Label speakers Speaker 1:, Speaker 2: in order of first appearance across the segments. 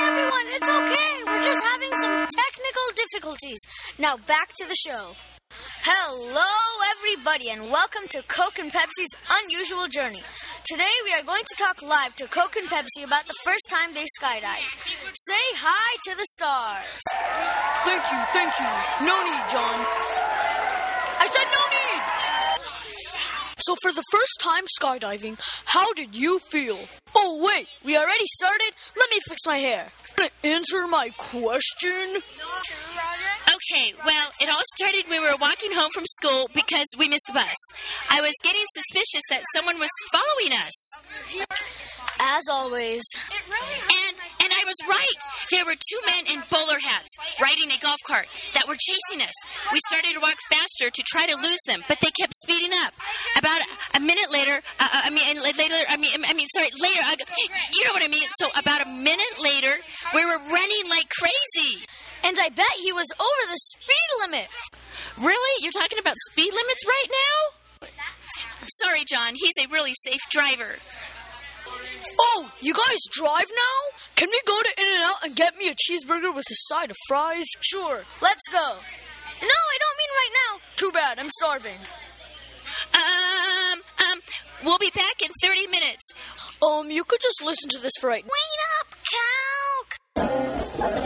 Speaker 1: It's okay. We're just having some technical difficulties. Now back to the show. Hello, everybody, and welcome to Coke and Pepsi's unusual journey. Today we are going to talk live to Coke and Pepsi about the first time they skydived. Say hi to the stars.
Speaker 2: Thank you, thank you. No need, John.
Speaker 1: I said no need.
Speaker 2: So, for the first time skydiving, how did you feel? Oh, wait,
Speaker 1: We already started. Let me fix my hair.
Speaker 2: gonna answer my question?
Speaker 3: Okay, well, it all started when we were walking home from school because we missed the bus. I was getting suspicious that someone was following us.
Speaker 1: As always,
Speaker 3: And and I was right. There were two men in bowler hats riding a golf cart that were chasing us. We started to walk faster to try to lose them, but they kept speeding up. About a, a minute later, uh, uh, I mean, and la- later, I mean, I mean, sorry, later. I, you know what I mean. So about a minute later, we were running like crazy.
Speaker 1: and I bet he was over the speed limit.
Speaker 3: Really? You're talking about speed limits right now? Sorry, John. He's a really safe driver.
Speaker 2: Oh, you guys drive now? Can we go to In N Out and get me a cheeseburger with a side of fries?
Speaker 1: Sure, let's go. No, I don't mean right now. Too bad, I'm starving.
Speaker 3: Um, um, we'll be back in 30 minutes.
Speaker 2: Um, you could just listen to this for right
Speaker 1: Wait up, Calc.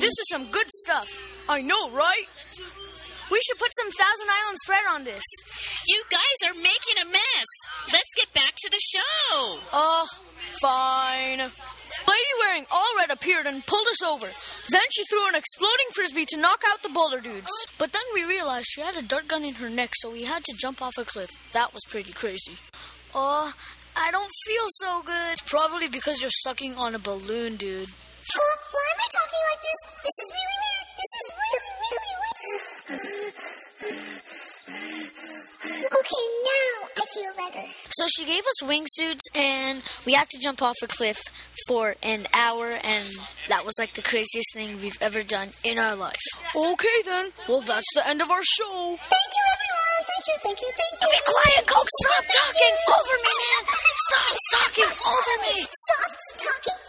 Speaker 1: This is some good stuff.
Speaker 2: I know, right?
Speaker 1: We should put some Thousand Island spread on this.
Speaker 3: You guys are making a mess. Let's get back to the show.
Speaker 2: Uh, fine. Lady wearing all red appeared and pulled us over. Then she threw an exploding frisbee to knock out the boulder dudes.
Speaker 1: But then we realized she had a dart gun in her neck, so we had to jump off a cliff. That was pretty crazy. Oh, I don't feel so good. It's probably because you're sucking on a balloon, dude.
Speaker 4: Huh? Why am I talking like this? This is really weird. This is really, really weird. Okay, now I feel better.
Speaker 1: So she gave us wingsuits, and we had to jump off a cliff for an hour, and that was like the craziest thing we've ever done in our life.
Speaker 2: Okay then. Well, that's the end of our show.
Speaker 4: Thank you, everyone. Thank you, thank you, thank you. Be
Speaker 1: Quiet, Coke, stop talking over me, man! Stop talking over me!
Speaker 4: Stop talking